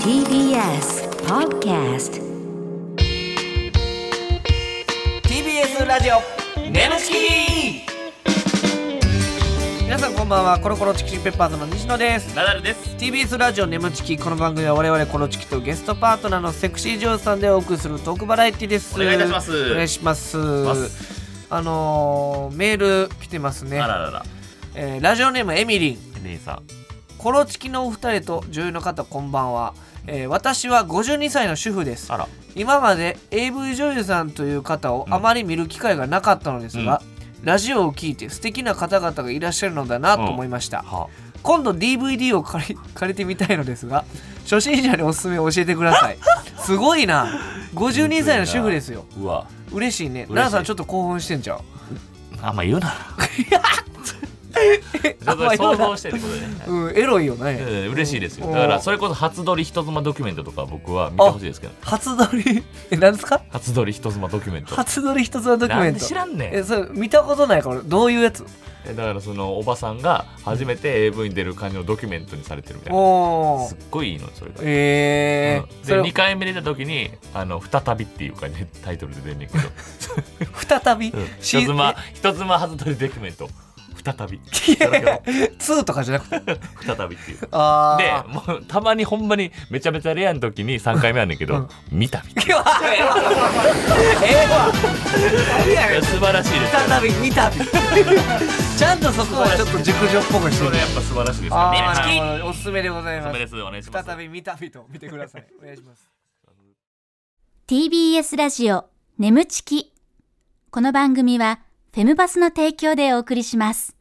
TBS Podcast TBS ラジオネムチキ皆さんこんばんはコロコロチキチキペッパーズの西野ですナダルです。 TBS ラジオネムチキこの番組は我々コロチキとゲストパートナーのセクシージョーさんでお送りするトークバラエティですお願いいたしますお願いしますまあのーメール来てますねあららら。えーラジオネームエミリン姉さん。コロチキのお二人と女優の方こんばんは、えー私は52歳の主婦ですあら。今まで AV 女優さんという方をあまり見る機会がなかったのですが、ラジオを聞いて素敵な方々がいらっしゃるのだなと思いました、は。今度 DVD を借り 借りてみたいのですが初心者におすすめを教えてくださいすごいな52歳の主婦ですようわ。嬉しいねしい奈良さんちょっと興奮してんじゃんあんま言うな。ちょ っと想像してってことでね。 うんエロいよえねー嬉しいですよ。うんだからそれこそ初撮り人妻ドキュメントとか僕は見てほしいですけど。初撮り えなんですか 初撮り人妻ドキュメント。初撮り一つのドキュメなんンでト知らんねんえそれ見たことないからどういうやつえだからそのおばさんが初めて AV に出る感じのドキュメントにされてるみたいな。おおすっごいいいのそれが。えうんーそでれ2回目出た時に「あの再び」っていうかねタイトルで出んねん けど再び、うんシー人妻人妻初撮りドキュメント再びいやいや2とかじゃなくて再びっていうあであもうたまにほんまにめちゃめちゃレアの時に3回目あんねんけど、うん見たみたいでええわ何やねんいや素晴らしいです再び見たびちゃんとそこはちょっと熟女っぽくしてそれるやっぱ素晴らしいですよねあチキンーおすすめでございおすすまめですすお願いします再び見たびと見てくださいお願いします TBS ラジオ眠ちきこの番組はフェムバスの提供でお送りします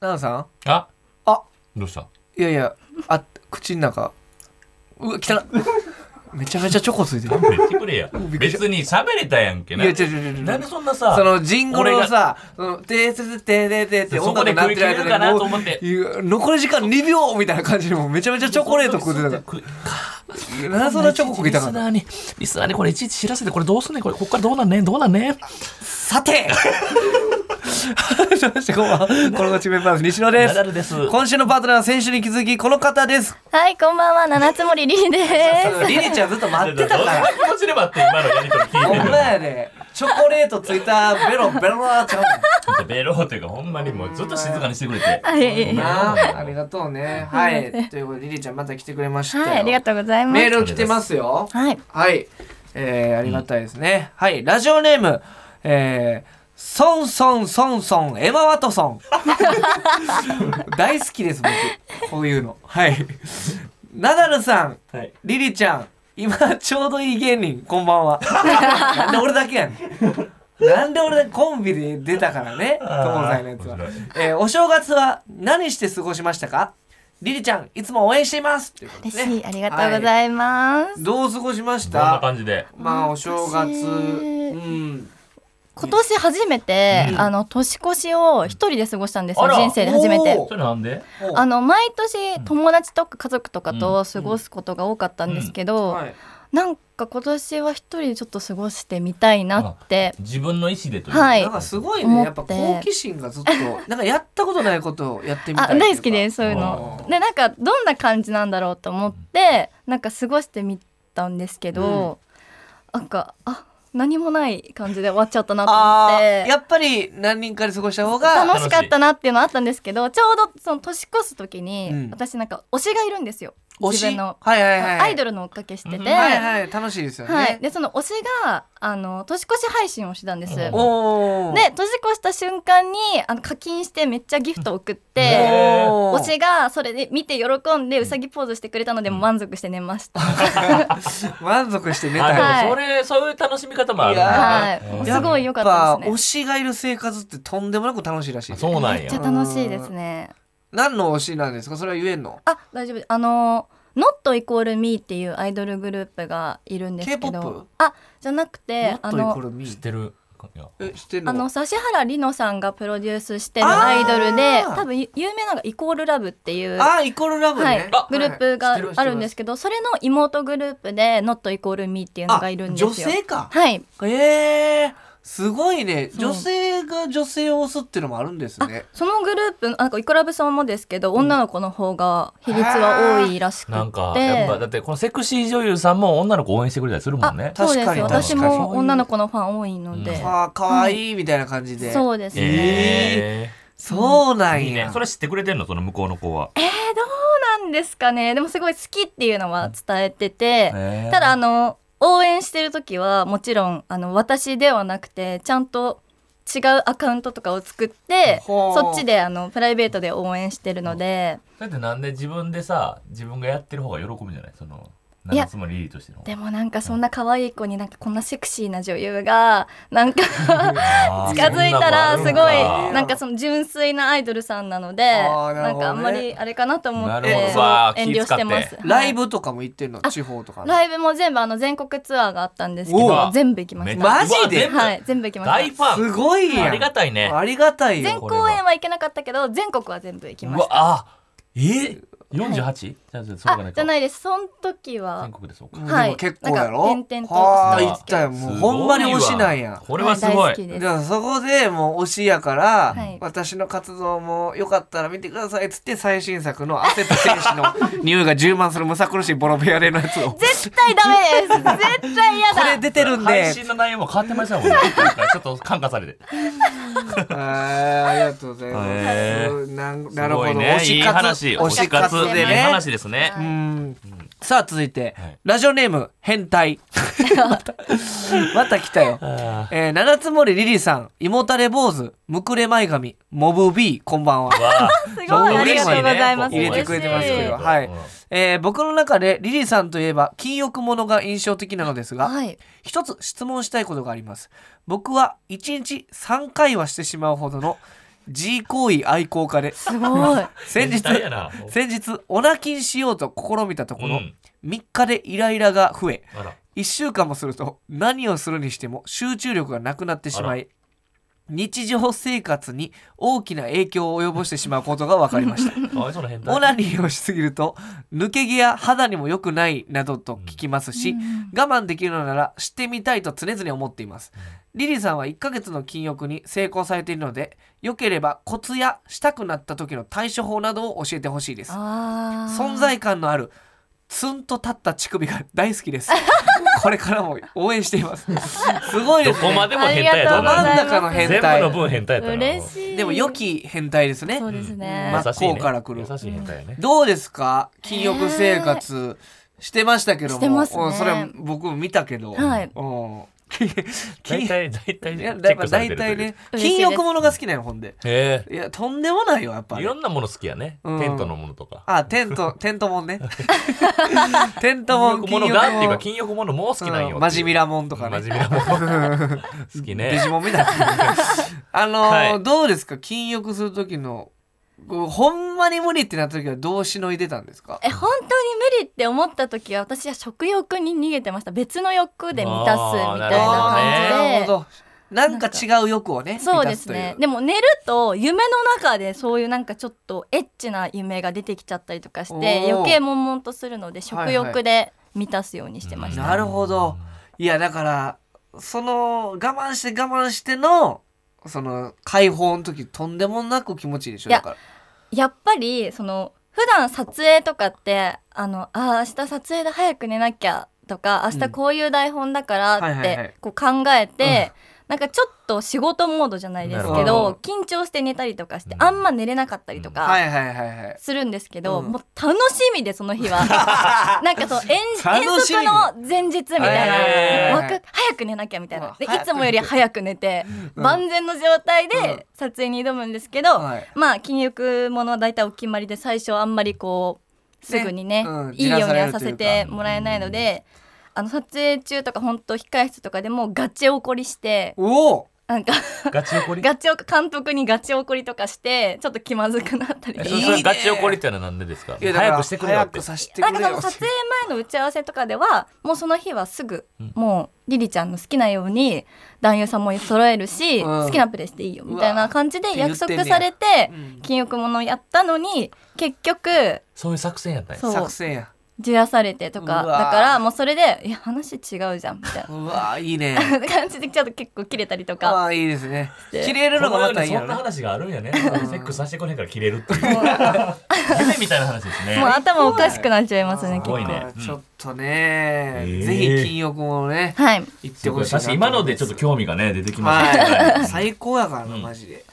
奈々さんああどうしたいやいやあ口の中うわ汚っめちゃめちゃチョコついて る勘弁してくれや びっくりした別に喋れたやんけいなや違う違う違う違なんでうそんなさそのジングルを俺さ「そのてーてーてーてーてー」ってそこでなっ食いて切れるかなとも思ってういや残り時間2秒みたいな感じでもうめちゃめちゃチョコレート食ってたから食いなんでそんなチョコ食いたリかったスナーにリスナーにこれいちいち知らせてこれどうすんねんこれこっからどうなんねんどうなんねんさて そしてこんばんはこのごちメンバーの西野でナダすルです今週のパートナーは先週に続きこの方ですはい、こんばんは、七つ森りりです。リリちゃんずっと待ってたからどんな気持ちで待って今のやりとり聞ほいてんるまやでチョコレートついたベロベロなちゃうのベローというかほんまにもうずっと静かにしてくれてはいはいはねんいなあありがとうねはいということでリリちゃんまた来てくれましたよはい、ありがとうございまメーす。ル来てますよはい、はい、えー、ありがたいですね、はいラジオネームえーソンソンソンソンエマ・ワトソン 大好きです僕こういうのはいナダルさんはいリリちゃん今ちょうどいい芸人こんばんはなんで俺だけやねんなんで俺だけコンビで出たからね東西のやつは面、えーお正月は何して過ごしましたかリリちゃんいつも応援していますということで嬉すねしい、ありがとうございます。どう過ごしましどんなた感じでまあお正月、私うん、今年初めて、うんあの年越しを一人で過ごしたんですあよ、ら人生で初めおてー。それなんであの、の毎年友達とか家族とかと過ごすことが多かったんですけど、はい、なんか今年は一人でちょっと過ごしてみたいなって、自分の意思でというはいなんかすごいね思ってやっぱ好奇心がずっとなんかやったことないことをやってみたいあ大好きですすそういうあのー。でなんかどんな感じなんだろうと思ってなんか過ごしてみたんですけど、なんかあ何もない感じで終わっちゃったなと思あっーやて。っぱり何人かで過ごした方が楽しかったなっていうのあったんですけどちょうどその年越す時に、うん私なんか推しがいるんですよ推自し分の、はいはいはいアイドルの追っかけしてて、うんはいはい楽しいですよね、はいでその推しがあの年越し配信をしてたんです。うんおおで年越した瞬間にあの課金してめっちゃギフト送って、おー推しがそれで見て喜んでうさぎポーズしてくれたのでも満足して寝ました。 満足して寝あたでよ、もはいそれそういう楽しみ方もあるんだはねうんい、すごい良かったでやっぱ推すね。しがいる生活ってとんでもなく楽しいらしいあそうなんめっやちゃ楽しいですね。何の推しなんですかそれは言えんのあ、大丈夫です。あのノットイコールミーっていうアイドルグループがいるんですけ K-POP？ど、あ、じゃなくてもあっとイコーのルミ知ってるいやえ知ってんのあの指原莉乃さんがプロデュースしてるアイドルであー、多分ゆ有名なのがイコールラブっていう。あーイコールラブね、はいあ、グループが知ってますあるんですけどそれの妹グループで「Not イコール Me」っていうのがいるんですよ。あ女性かはいええすごいねそう女性が女性を押すっていうのもあるんですねそのグループなんかイコラブさんもですけど女の子の方が比率は多いらしくてなんかやっぱだってこのセクシー女優さんも女の子応援してくれたりするもんねあ。そうで確すかによ私確かもに女の子のファン多いので、うんあー可愛いみたいな感じで、そうですね、えそうなーんいいねや。。それ知ってくれてんのその向こうの子は。えー、どうなんですかねでもすごい好きっていうのは伝えてて、えーただあの応援してる時はもちろんあの私ではなくてちゃんと違うアカウントとかを作ってほうそっちであのプライベートで応援してるのでだってなんで自分でさ自分がやってる方が喜ぶんじゃないそのいや何つもリリーとしての方がでもなんかそんな可愛い子になんかこんなセクシーな女優がなんかあー近づいたらすごそいんなもんあるんかなんかその純粋なアイドルさんなのであーななるんほどねかあんまりあれかなと思っなるてほどわー遠慮してます気遣っライブとかも行ってるの地方とかの。ライブも全部あの全国ツアーがあったんですけうどわ全部行きまめしっちたゃマジでうわは全い全部行き部ました大ファンすごいやん。ありがたいねありがたい全よ。公演は行けなかったけど全国は全部行きうまわしたあえ四十八じゃあそうかなあいじゃかないですその時は全国でそうかうんはいでも結構やろ。なんか転々とはしあて行まっすけどたよ。もうすごいわほんまに推しなんや。これはすご大好きいですじゃあそこでもう推しやから、はい私の活動もよかったら見てくださいっつって最新作の汗と天使の匂いが充満するむさ苦しいボロベアレのやつを。こ絶対ダメです絶対嫌だれ出てるんで。配信の内容も変わってましたもんねなんかちょっと感化されてあーありがとうございます。へなんすなるほごど。いね推いしい活話推し活推し活でいいね。話ですねうはいんさあ続いて、はいラジオネーム変態 また来たよ、あえー、七つ森リリーさん胃もたれ坊主むくれ前髪モブ B こんばんはーわあ すごいそうありがとうございます入れてくれてます嬉しけいどはいうんえー僕の中でリリーさんといえば禁欲者が印象的なのですがはい一つ質問したいことがあります僕は1日3回はしてしまうほどの G 行為愛好家です ごい先日変態やな先日オナキンしようと試みたところ、うん3日でイライラが増えあら1週間もすると何をするにしても集中力がなくなってしまい日常生活に大きな影響を及ぼしてしまうことが分かりましたか わいそうな変態オナニーをしすぎると抜け毛や肌にも良くないなどと聞きますし、我慢できるのならしてみたいと常々思っています、リリーさんは1ヶ月の禁欲に成功されているので良ければコツやしたくなった時の対処法などを教えてほしいですあー存在感のあるツンと立った乳首が大好き ですこれからも応援していますすごいでどすこまねでも変態やあとどり真んがとうござ中いますの変全部態の分変態やったな嬉しいでも良き変態ですねそうですね、ま優しい真っ向から来る優しい変態やねどうですか禁欲生活してましたけども、してますねうんそれ僕も見たけど、はいうん 大禁体大体いチやェだいッぶクされてるとい大体うね嬉し禁いです欲ものが好きなのほんでへいやとんでもないよやっぱえいりろんなもの好きやねうんテントのものとかあテ ントテントもん ねテント禁も欲んものがっていうか禁禁欲ものも好き欲なんもよんうんマジミララモンとか ね真面目なもの好 きデねジモンみたいな。あのーはいどうですか禁欲する時の、こうほんまに無理ってなった時はどうしのいでたんですかえ本当に無理って思った時は私は食欲に逃げてました別の欲で満たすみたいなあ感なじるで、ほど。なんか違う欲をね、そうです満たねというでも寝ると夢の中でそういうなんかちょっとエッチな夢が出てきちゃったりとかしおてー余計悶々とするのではい食欲で満たすようにしてました、なるほど。いや、だから、その、我慢して我慢しての、その、解放の時、とんでもなく気持ちいいでしょいやだから。やっぱりその普段撮影とかってあのあー明日撮影で早く寝なきゃとか明日こういう台本だからうんはいっはいはいてこう考えて、なんかちょっと仕事モードじゃないですけなるほど緊張して寝たりとかしてうんあんま寝れなかったりとはかいはいはいはい。するんですけど、うんもう楽しみでその日 はなんかそう遠楽遠しみ足の前日みたいえなーわか早く寝なきゃみたいなでいうんつもより早く寝て、うん万全の状態うんで撮影に挑むんですけど、はいまあ禁欲ものは大体お決まりで最初あんまりこうすぐにねねうんいいようにじらされはるといさうせかてもらえないので、あの撮影中とか本当控室とかでもガチ怒りしておおなんかガチ怒りガチお監督にガチ怒りとかしてちょっと気まずくなったりえとそかれそれガチ怒りってのはなんでですかいやだから早くしてくれよ早ってくさせてくなんれかよその撮影前の打ち合わせとかではもうその日はすぐうんもうリリちゃんの好きなように男優さんも揃えるし、うん好きなプレイしていいよみたいな感じで約束されうてん禁欲ものやったのに結局そういう作戦やったんやそう作戦や。じらされてとかうだわーからもうそれで「いや話違うじゃん」みたいうわーいいね な感じでちょっと結構切れたりとかああいいですねで切れるのがまたいいそよんねな話があるんやね。セックスさせてこねえから切れる っていう。夢みたいな話ですね。もう頭おかしくなっちゃいますねす結ご構いねうんちょっとね、ええぜひ金欲もねはい行ってすごほいしいな確とかに今のでちょっと興味がね出てきましたね。はい、最高やからな、うんマジで。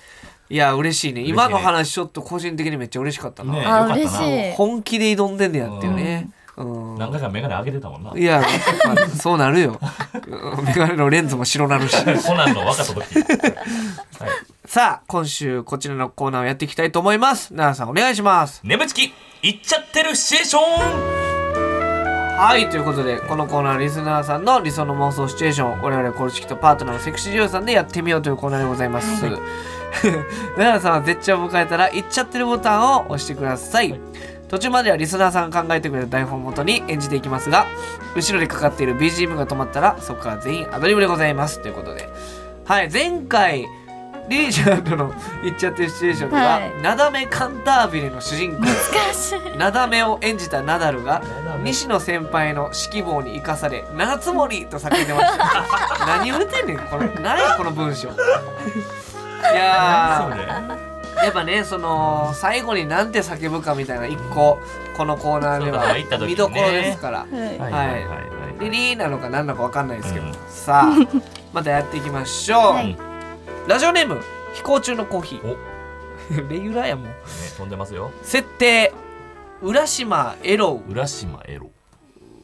いや、嬉しいしいね。ね今の話、ちょっと個人的にめっちゃ嬉しかったな。ねあよ嬉かったしない本気で挑んでんねやっていうね。うん。何回かメガネ上げてたもんな。いや、 まあそうなるよ。うんメガネのレンズも白なるし。コナンの若さ時。はいさあ、今週、こちらのコーナーをやっていきたいと思います。奈良さん、お願いします。眠ちき行っちゃってるシチュエーション。はい、ということで、このコーナーはリスナーさんの理想の妄想シチュエーションを、我々コルチキとパートナーのセクシー女優さんでやってみようというコーナーでございます。 奈良さんは絶頂を迎えたら、行っちゃってるボタンを押してください。途中まではリスナーさんが考えてくれた台本をもとに演じていきますが、後ろでかかっている BGM が止まったら、そこから全員アドリブでございます。ということで、はい、前回、リージャーとの行っちゃってるシチュエーションでは、はいなだめカンタービレの主人公、難しいなだめを演じたナダルがナダメ西野先輩の指揮棒に生かされ「七つ森」と叫んでました 何言うてんねんこの何やこの文章いそやうね。ーやっぱねその最後になんて叫ぶかみたいな一個このコーナーそでうだ入った時はにね見どころですから、はいはいいははいいははい。リリーなのか何なのか分かんないですけど、うんさあまたやっていきましょう、はいラジオネーム飛行中のコーヒー レギュラーやもん飛んでますよ。設定浦島エロウ浦島エロ。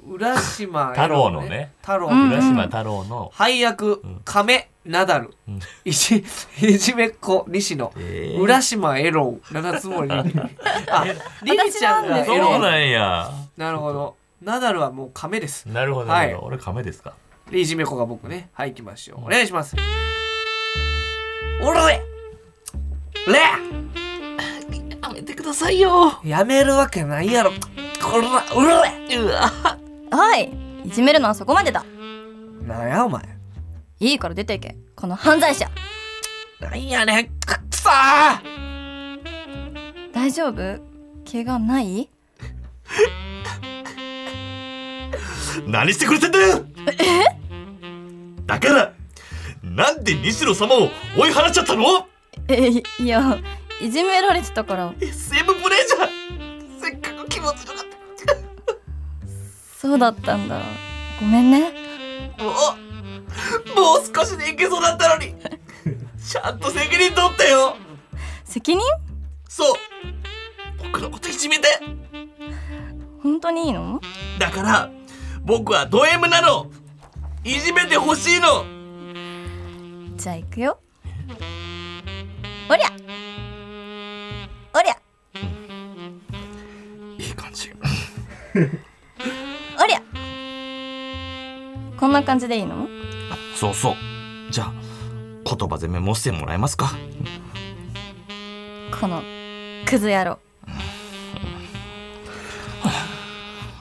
浦島エロ 太郎のね太郎うん浦島太郎の。配役うん亀ナダルうんいじ いじめっ子西野えー浦島エロウ七 つ森ありりちゃんがエ私なんですそねうロなんや。なるほどナダルはもう亀ですなるほど。はいなるほど俺亀ですか。でいじめっ子が僕ねはい行きましょうお願いしますおれれやめてくださいよ。やめるわけないやろこらおれうわ。はいいじめるのはそこまでだなんやお前いいから出ていけこの犯罪者なんやねんくっさー大丈夫怪我ない何してくれてんだよだからなんで西野様を追い払っちゃったのえいいやいじめられてたから ?SM プレイじゃんせっかく気持ちよかっそうだったんだごめんねた。もう、もう少しでいけそうだったのに。ちゃんと責任取ってよ責任そう。僕のこといじめて。本当にいいのだから、僕はド M なの。いじめてほしいの。じゃあ行くよおりゃおりゃいい感じ。 おりゃこんな感じでいいのそうそう。じゃあ、言葉攻めもしてもらえますかこのクズ野郎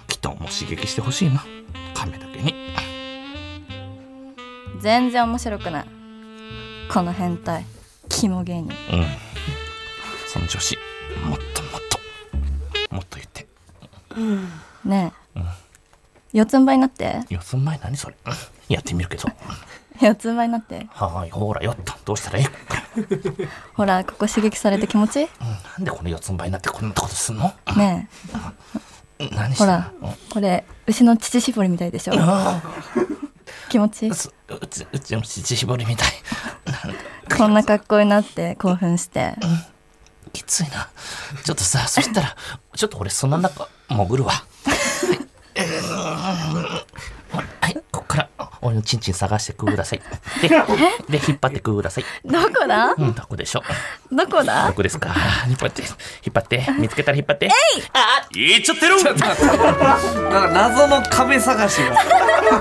きっとも刺激してほしいな。亀だけに。全然面白くないこの変態キモ芸人うん。その調子、もっともっと、もっと言って。ねえ、四つん這いになって四つん這い何それ うんやってみるけど。四つん這いになってはーい、ほらよっと。どうしたらいいほらここ刺激されて気持ちいいなんでこの四つん這いになってこんなことすんのねうん何えしてほんのらこれ牛の乳搾りみたいでしょ気持ちいいうんすうち、うちの乳絞りみたい。こんな格好になって興奮してきついな。ちょっとさ、そしたら、ちょっと俺そんな中潜るわ。はい、こっから俺のチンチン探してください。で、で引っ張ってください。どこだうん、どこでしょう。どこどだこですか。引っ張って、引っ張って、見つけたら引っ張って。言っちゃってるなんか謎の壁探し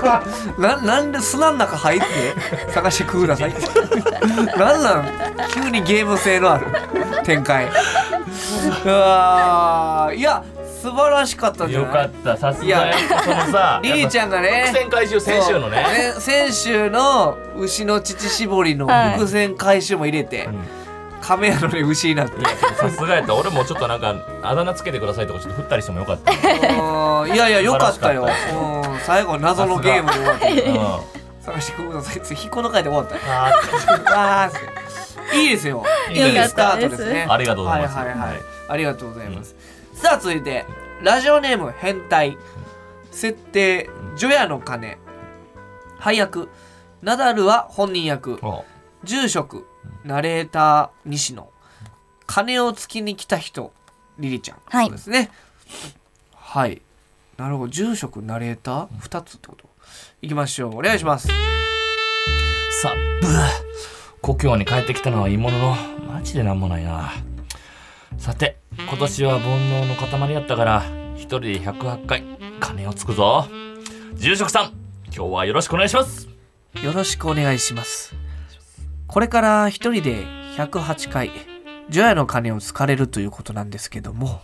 がななんで砂の中入って探してくださいなんなん急にゲーム性のある展開うわーいや素晴らしかったんじゃよないかったさすがやっぱそのさリリーちゃんがね伏線回収先週のねそう先週の牛の乳搾りのはい伏線回収も入れて、ん亀やのに牛に なって。さすがやった俺もちょっとなんかあだ名つけてくださいとかちょっと振ったりしてもよか った、うんいやいや、よかったよ。うん最後、謎のゲームで終わったけど。うん、探してください。次、引っこの回で終わったよ。あ あーいいですよ。いいですねスタートですね。ありがとうございますはいはいはいはいありがとうございます。さあ続いてラジオネーム変態設定除夜の鐘配役ナダルは本人役ー住職ナレーター西野鐘をつきに来た人リリちゃん、はいそうですねはいなるほど住職ナレーター2つってこといきましょうお願いしますさあブー故郷に帰ってきたのはいいもののマジでなんもないなさて今年は煩悩の塊やったから一人で108回金をつくぞ住職さん今日はよろしくお願いしますよろしくお願いします。これから一人で108回、除夜の鐘をつかれるということなんですけども、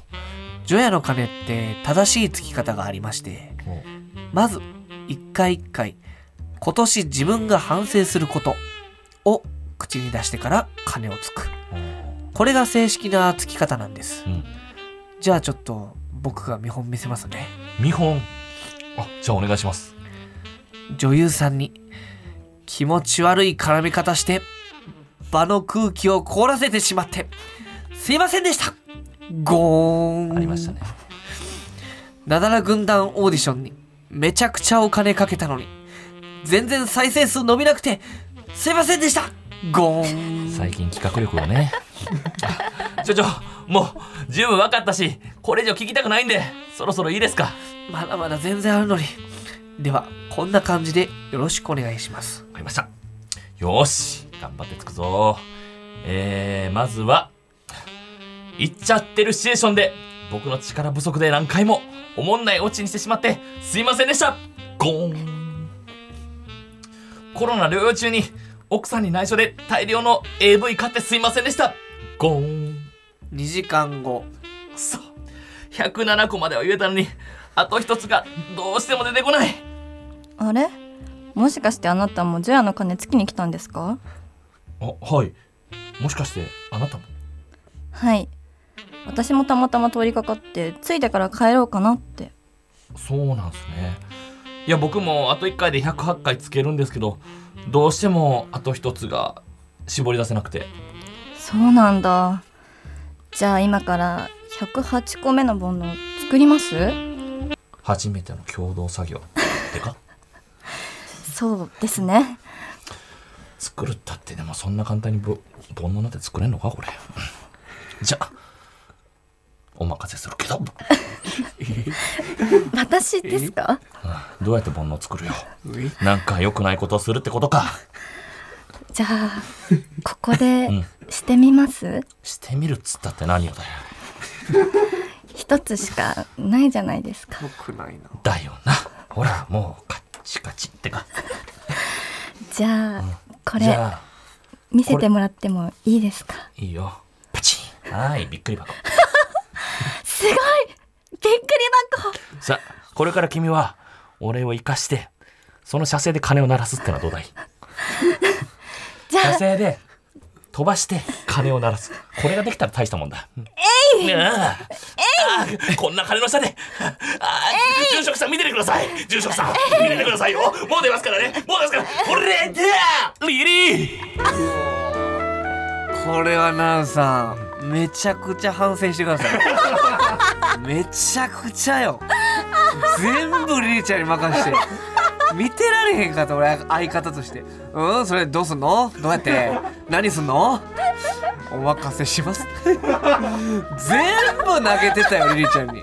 除夜の鐘って正しいつき方がありまして、まず、一回一回、今年自分が反省することを口に出してから鐘をつく。これが正式なつき方なんです。うんじゃあちょっと僕が見本見せますね。見本あじゃあお願いします女優さんに気持ち悪い絡み方して場の空気を凍らせてしまってすいませんでしたゴーンありましたねなだら軍団オーディションにめちゃくちゃお金かけたのに全然再生数伸びなくてすいませんでしたゴーン最近企画力をねあちょちょもう十分分かったしこれ以上聞きたくないんでそろそろいいですかまだまだ全然あるのにではこんな感じでよろしくお願いしますわかりました。よーし、頑張ってつくぞ。えー、まずは、行っちゃってるシチュエーションで、僕の力不足で何回も、おもんないオチにしてしまって、すいませんでしたゴーンコロナ療養中に、奥さんに内緒で大量の AV 買ってすいませんでしたゴーン2時間後くそ107個までは言えたのに、あと一つがどうしても出てこないあれもしかしてあなたも除夜の鐘つきに来たんですかあ、はい。もしかして、あなたもはい私もたまたま通りかかって着いてから帰ろうかなってそうなんですねいや僕もあと1回で108回つけるんですけどどうしてもあと1つが絞り出せなくてそうなんだじゃあ今から108個目の煩悩作ります初めての共同作業ってかそうですね作るったってでもそんな簡単にぼ煩悩なんて作れんのかこれ じゃあお任せするけど私ですかどうやって煩悩作るよなんか良くないことをするってことかじゃあここ でうんしてみますしてみるっつったって何よだよ一つしかないじゃないですかよくないなだよなほらもうカッチカチってかじゃあこじれゃあ見せてもらってもいいですかいいよパチンはいびっくり箱すごいびっくり箱さあこれから君は俺を生かしてその射精で鐘を鳴らすってのはどうだいじゃ射あ精で飛ばして鐘を鳴らすこれができたら大したもんだえいああああこんな鐘の下でああ住職さん見ててください住職さん見ててくださいよもう出ますからねもう出ますから俺でリリーこれはナンさんめちゃくちゃ反省してくださいめちゃくちゃよ全部リリちゃんに任して見てられへんかった俺相方としてうんそれどうすんのどうやって何すんのお任せします全部投げてたよリリちゃんに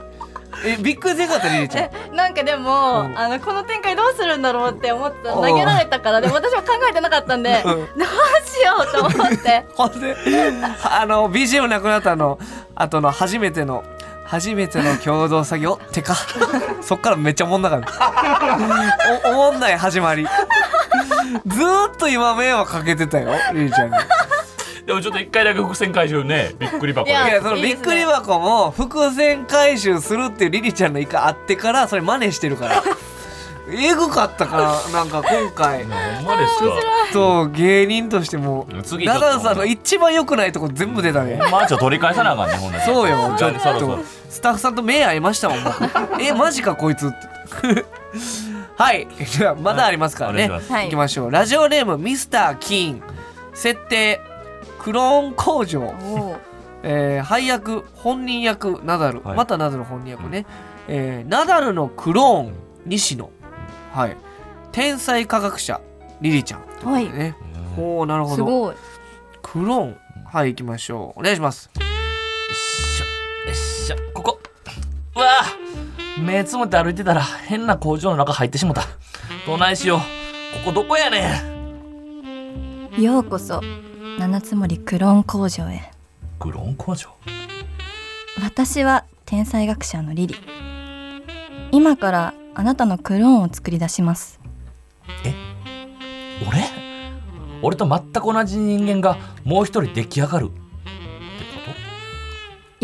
えびっくりせんかったリリちゃん なんかでも、うんあのこの展開どうするんだろうって思ってたおう投げられたからでも私は考えてなかったんでうどんうしようと思って ほんであの BGM なくなったの後の初めての初めての共同作業ってかそっからめっちゃおもんなかったおおもんない始まりずーっと今迷惑かけてたよりりちゃんにでもちょっと一回だけ伏線回収ねびっくり箱いやいやそのいいびでっすねくり箱も伏線回収するっていうりりちゃんの一回あってからそれ真似してるからえぐかったからなんか今回ほんまですかと芸人としても次ちょっラとダンさんの一番良くないとこ全部出たねほんまちょっと取り返さなあかんねほんならそうよちょっそろそとろスタッフさんと目合いましたもん 僕えマジかこいつってはいではまだありますからね、お願いしは行きましょうラジオネームミスター・キーン設定クローン工場、おーえー配役本人役ナダル、はいまたナダル本人役ね、えーナダルのクローン西野はい天才科学者リリちゃんはいねうんおおなるほすどごいクローンはい行きましょうお願いしますよっしょよっしょここうわあ目つむって歩いてたら変な工場の中入ってしもたどないしようここどこやねんようこそ七つ森クローン工場へクローン工場私は天才学者のリリ今からあなたのクローンを作り出します俺俺と全く同じ人間がもう一人出来上がるって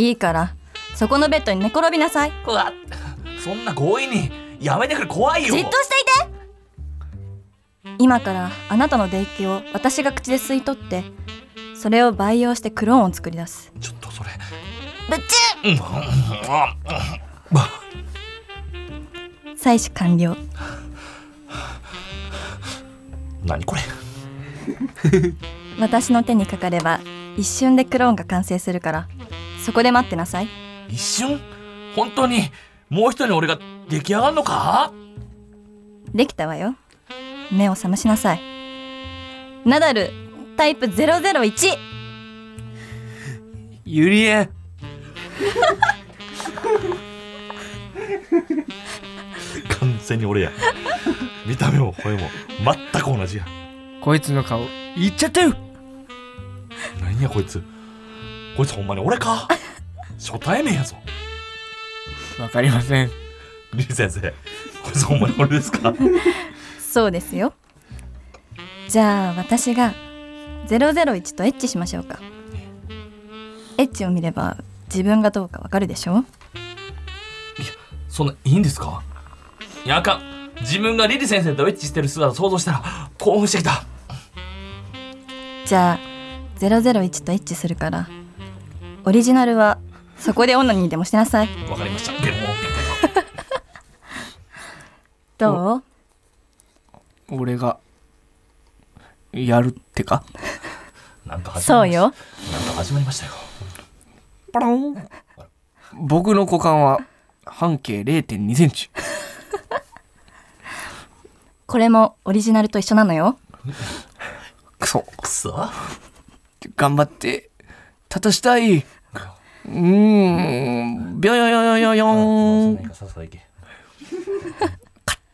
いいからそこのベッドに寝転びなさいことうわそんな強引にやめてくれ怖いよじっとしていて今からあなたの電気を私が口で吸い取ってそれを培養してクローンを作り出すちょっとそれぶっちうんうんうんうんゅ採取完了何これ私の手にかかれば一瞬でクローンが完成するからそこで待ってなさい一瞬本当にもう一人俺が出来上がるのかできたわよ目を覚ましなさいナダルタイプ001ゆりえん完全に俺や 見た目も声も全く同じやこいつの顔いっちゃってる何やこいつこいつほんまに俺か初対面やぞわかりませんリリ先生こいつほんまに俺ですかそうですよじゃあ私が001とエッチしましょうかエッチを見れば自分がどうかわかるでしょそんないいんですかいやあかん自分がリリ先生とエッチしてる姿を想像したら興奮してきたじゃあ001とエッチするからオリジナルはそこでオナニーでもしてなさいわかりましたでもどう俺がやるってかなんか始そまうりまよしなんか始まりましたよパロン僕の股間は半径0.2センチこれもオリジナルと一緒なのよクソくそ頑張って立たしたいうーんビョヨヨヨヨヨそーんなンかささいけ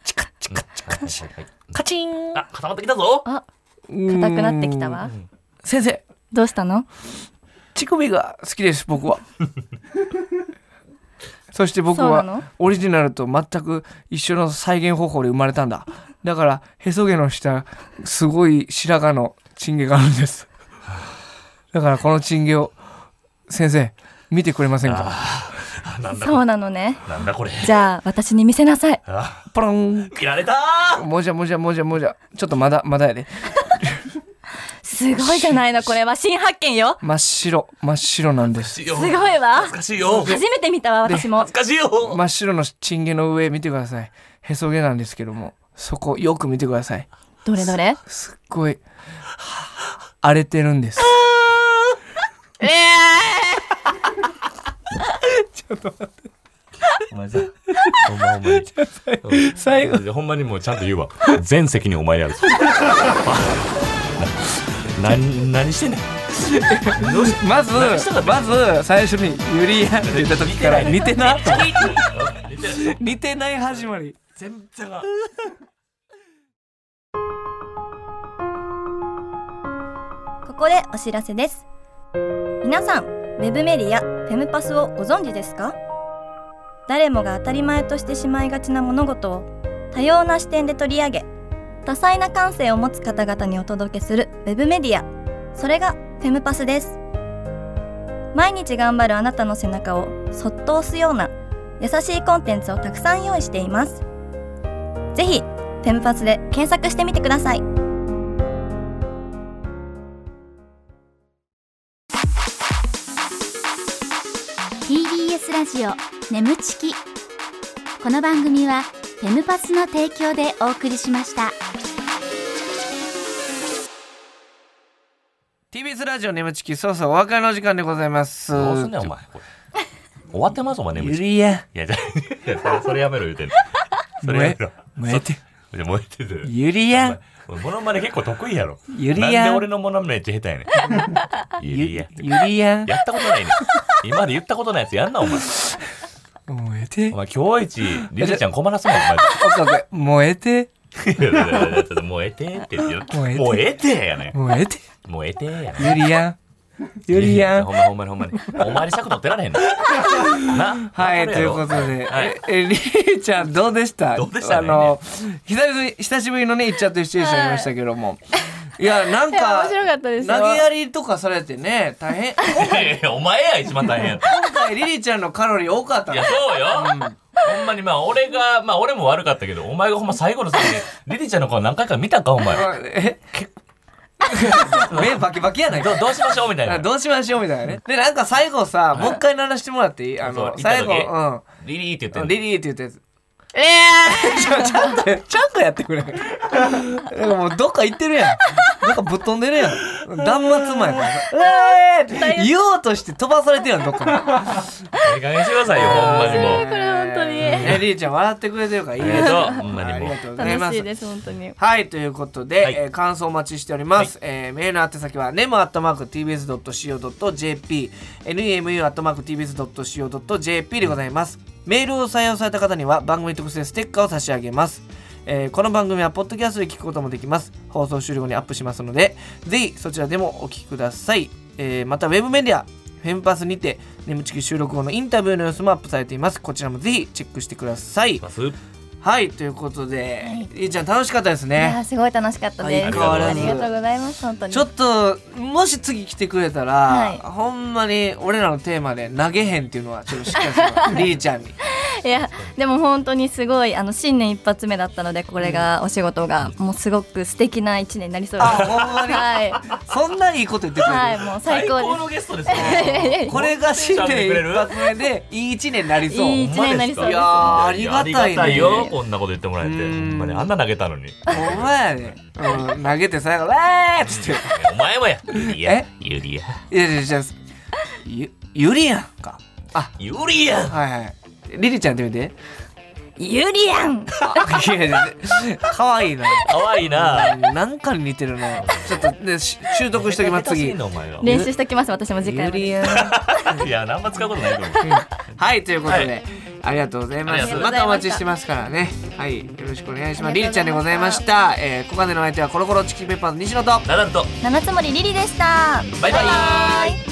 チカチカはいはいはいカチンあ固まってきたぞあ硬くなってきたわ先生どうしたの乳首が好きです僕 はそして僕そうなのはオリジナルと全く一緒の再現方法で生まれたんだだからへそ毛の下すごい白髪のチンゲがあるんですだからこのチンゲを先生見てくれませんかあなんだそうなのねなんだこれじゃあ私に見せなさいあポロン切られたーもじゃもじゃもじゃもじゃちょっとまだまだやですごいじゃないのこれは新発見よ真っ白真っ白なんですすすごいわ恥ずかしいよ恥初めて見たわ私もずかしいよ真っ白のチンゲの上見てくださいへそ毛なんですけどもそこよく見てくださいどれどれすっごい荒れてるんです。お前さほんまほんまに最後いやほんまにもうちゃんと言うわ全席にお前やるぞな何何してんねんまずまず最初にユリアンって言った時から似てなと思って似てない始まり。全然がここでお知らせです皆さんウェブメディアフェムパスをご存知ですか誰もが当たり前としてしまいがちな物事を多様な視点で取り上げ多彩な感性を持つ方々にお届けするウェブメディアそれがフェムパスです毎日頑張るあなたの背中をそっと押すような優しいコンテンツをたくさん用意していますぜひフェムパスで検索してみてくださいー TBS ラジオ眠ちきこの番組はフェムパスの提供でお送りしました TBS ラジオ眠ちきそうそうお別れの時間でございますどうすんねんお前これ終わってますお前眠ゆちきいりややじゃあいやそれそれやめろ言うてんのそれやめろ燃えてじゃ燃えてるゆりやお前モノマネ結構得意やろゆりやなんで俺のモノマネめっちゃ下手やねんゆりやゆりややったことないねん今まで言ったことないやつやんなお前燃えてお前今日一リリちゃん困らすもんお前おかげ燃えていやいやいやいやちょっともうええてーって言ってもうええてーもうえ燃ええてーやねてんもうええてーやねんゆりやゆりやほんまほんまにほんまにお前に尺取ってられへんのなはい、わといかるやうろことで、はいえ、えりえちゃんどうでしたどうでしたねあの、久々に久しぶりのね、いっちゃってシチュエーションありましたけども。いや、なんいやか、面白かったですよ投げやりとかされてね、大変。いやいやいやお前や一番大変やった今回、リリちゃんのカロリー多かったいね や、そうよ。ほんまに、まあ、俺が、まあ、俺も悪かったけど、お前がほんま最後の最後に、リリちゃんの顔何回か見たか、お前。ど、え目バキバキやないか。どうしましょうみたいあな。どうしましょうみたいなね。で、なんか最後さ、もう一回鳴らしてもらっていいあそう行のっ、た最時後、うリリーって言ってん。んリリーって言ったやつ。ええちゃちゃんと、ちゃんとやってくれ。なんかもうどっか行ってるやん。なんかぶっ飛んでるやん。断末魔やから。うわーって言おうとして飛ばされてるやん、どっかの。ええ加減にしてくださいよ、ほんまえにもこれ本当にえ、りーちゃん笑ってくれてるからいいありねがとうほんまにもうありがとうございー、ま楽しすい。です本当にはい、ということで、はいえー感想お待ちしております。えーメールの宛先は、nemu.tbs.co.jp、nemu.tbs.co.jp でございます。メールを採用された方には、番組特製ステッカーを差し上げます。えーこの番組は、ポッドキャストで聞くこともできます。放送終了後にアップしますので、ぜひそちらでもお聞きください。えーまた、ウェブメディア、フェンパスにて、眠ちき収録後のインタビューの様子もアップされています。こちらもぜひチェックしてください。ます。いはい、ということで、りーちゃん楽しかったですいねや。ーすごい楽しかったです相変わらあずりがとうございます本当にちょっともし次来てくれたら、はいほんまに俺らのテーマで投げへんっていうのはちょっとしっかりするりーち ゃんにいやでも本当にすごいあの新年一発目だったのでこれがお仕事がもうすごく素敵な一年になりそうです。あほんまにはいそんないいこと言ってくれる、はいもう最最高高でのゲストですね。これが新喋って年くれ一る発目でいい一年になりそういい一年になりそういですやーありがたいねありがたいよ、こんなこと言ってもらえて。ほうんんまに、あんな投げたのに。 ほんまやね、うん、投げて最後「わー!」っつってお前もや。ゆりやえ、ゆりや、 「いやいやいやゆゆりやんか」あゆりや。はいはいりりちゃんやってみてユリアンあいやいやかわいいな可愛い な。なんかに似てるなちょっとねし習得しときます下手次しいなお前は練習しておきます私も次回までゆりやんいや、あんま使うことないと思う。 はい、ということで、はいありがとうございまありす。がとうまごたお待ちしてますからね。はい、よろしくお願いします。りりちゃんでございました。えー、ここまでのお相手はコロコロチキンペッパーの西野と。ナダルと、七つ森リリでしたバイバイバイ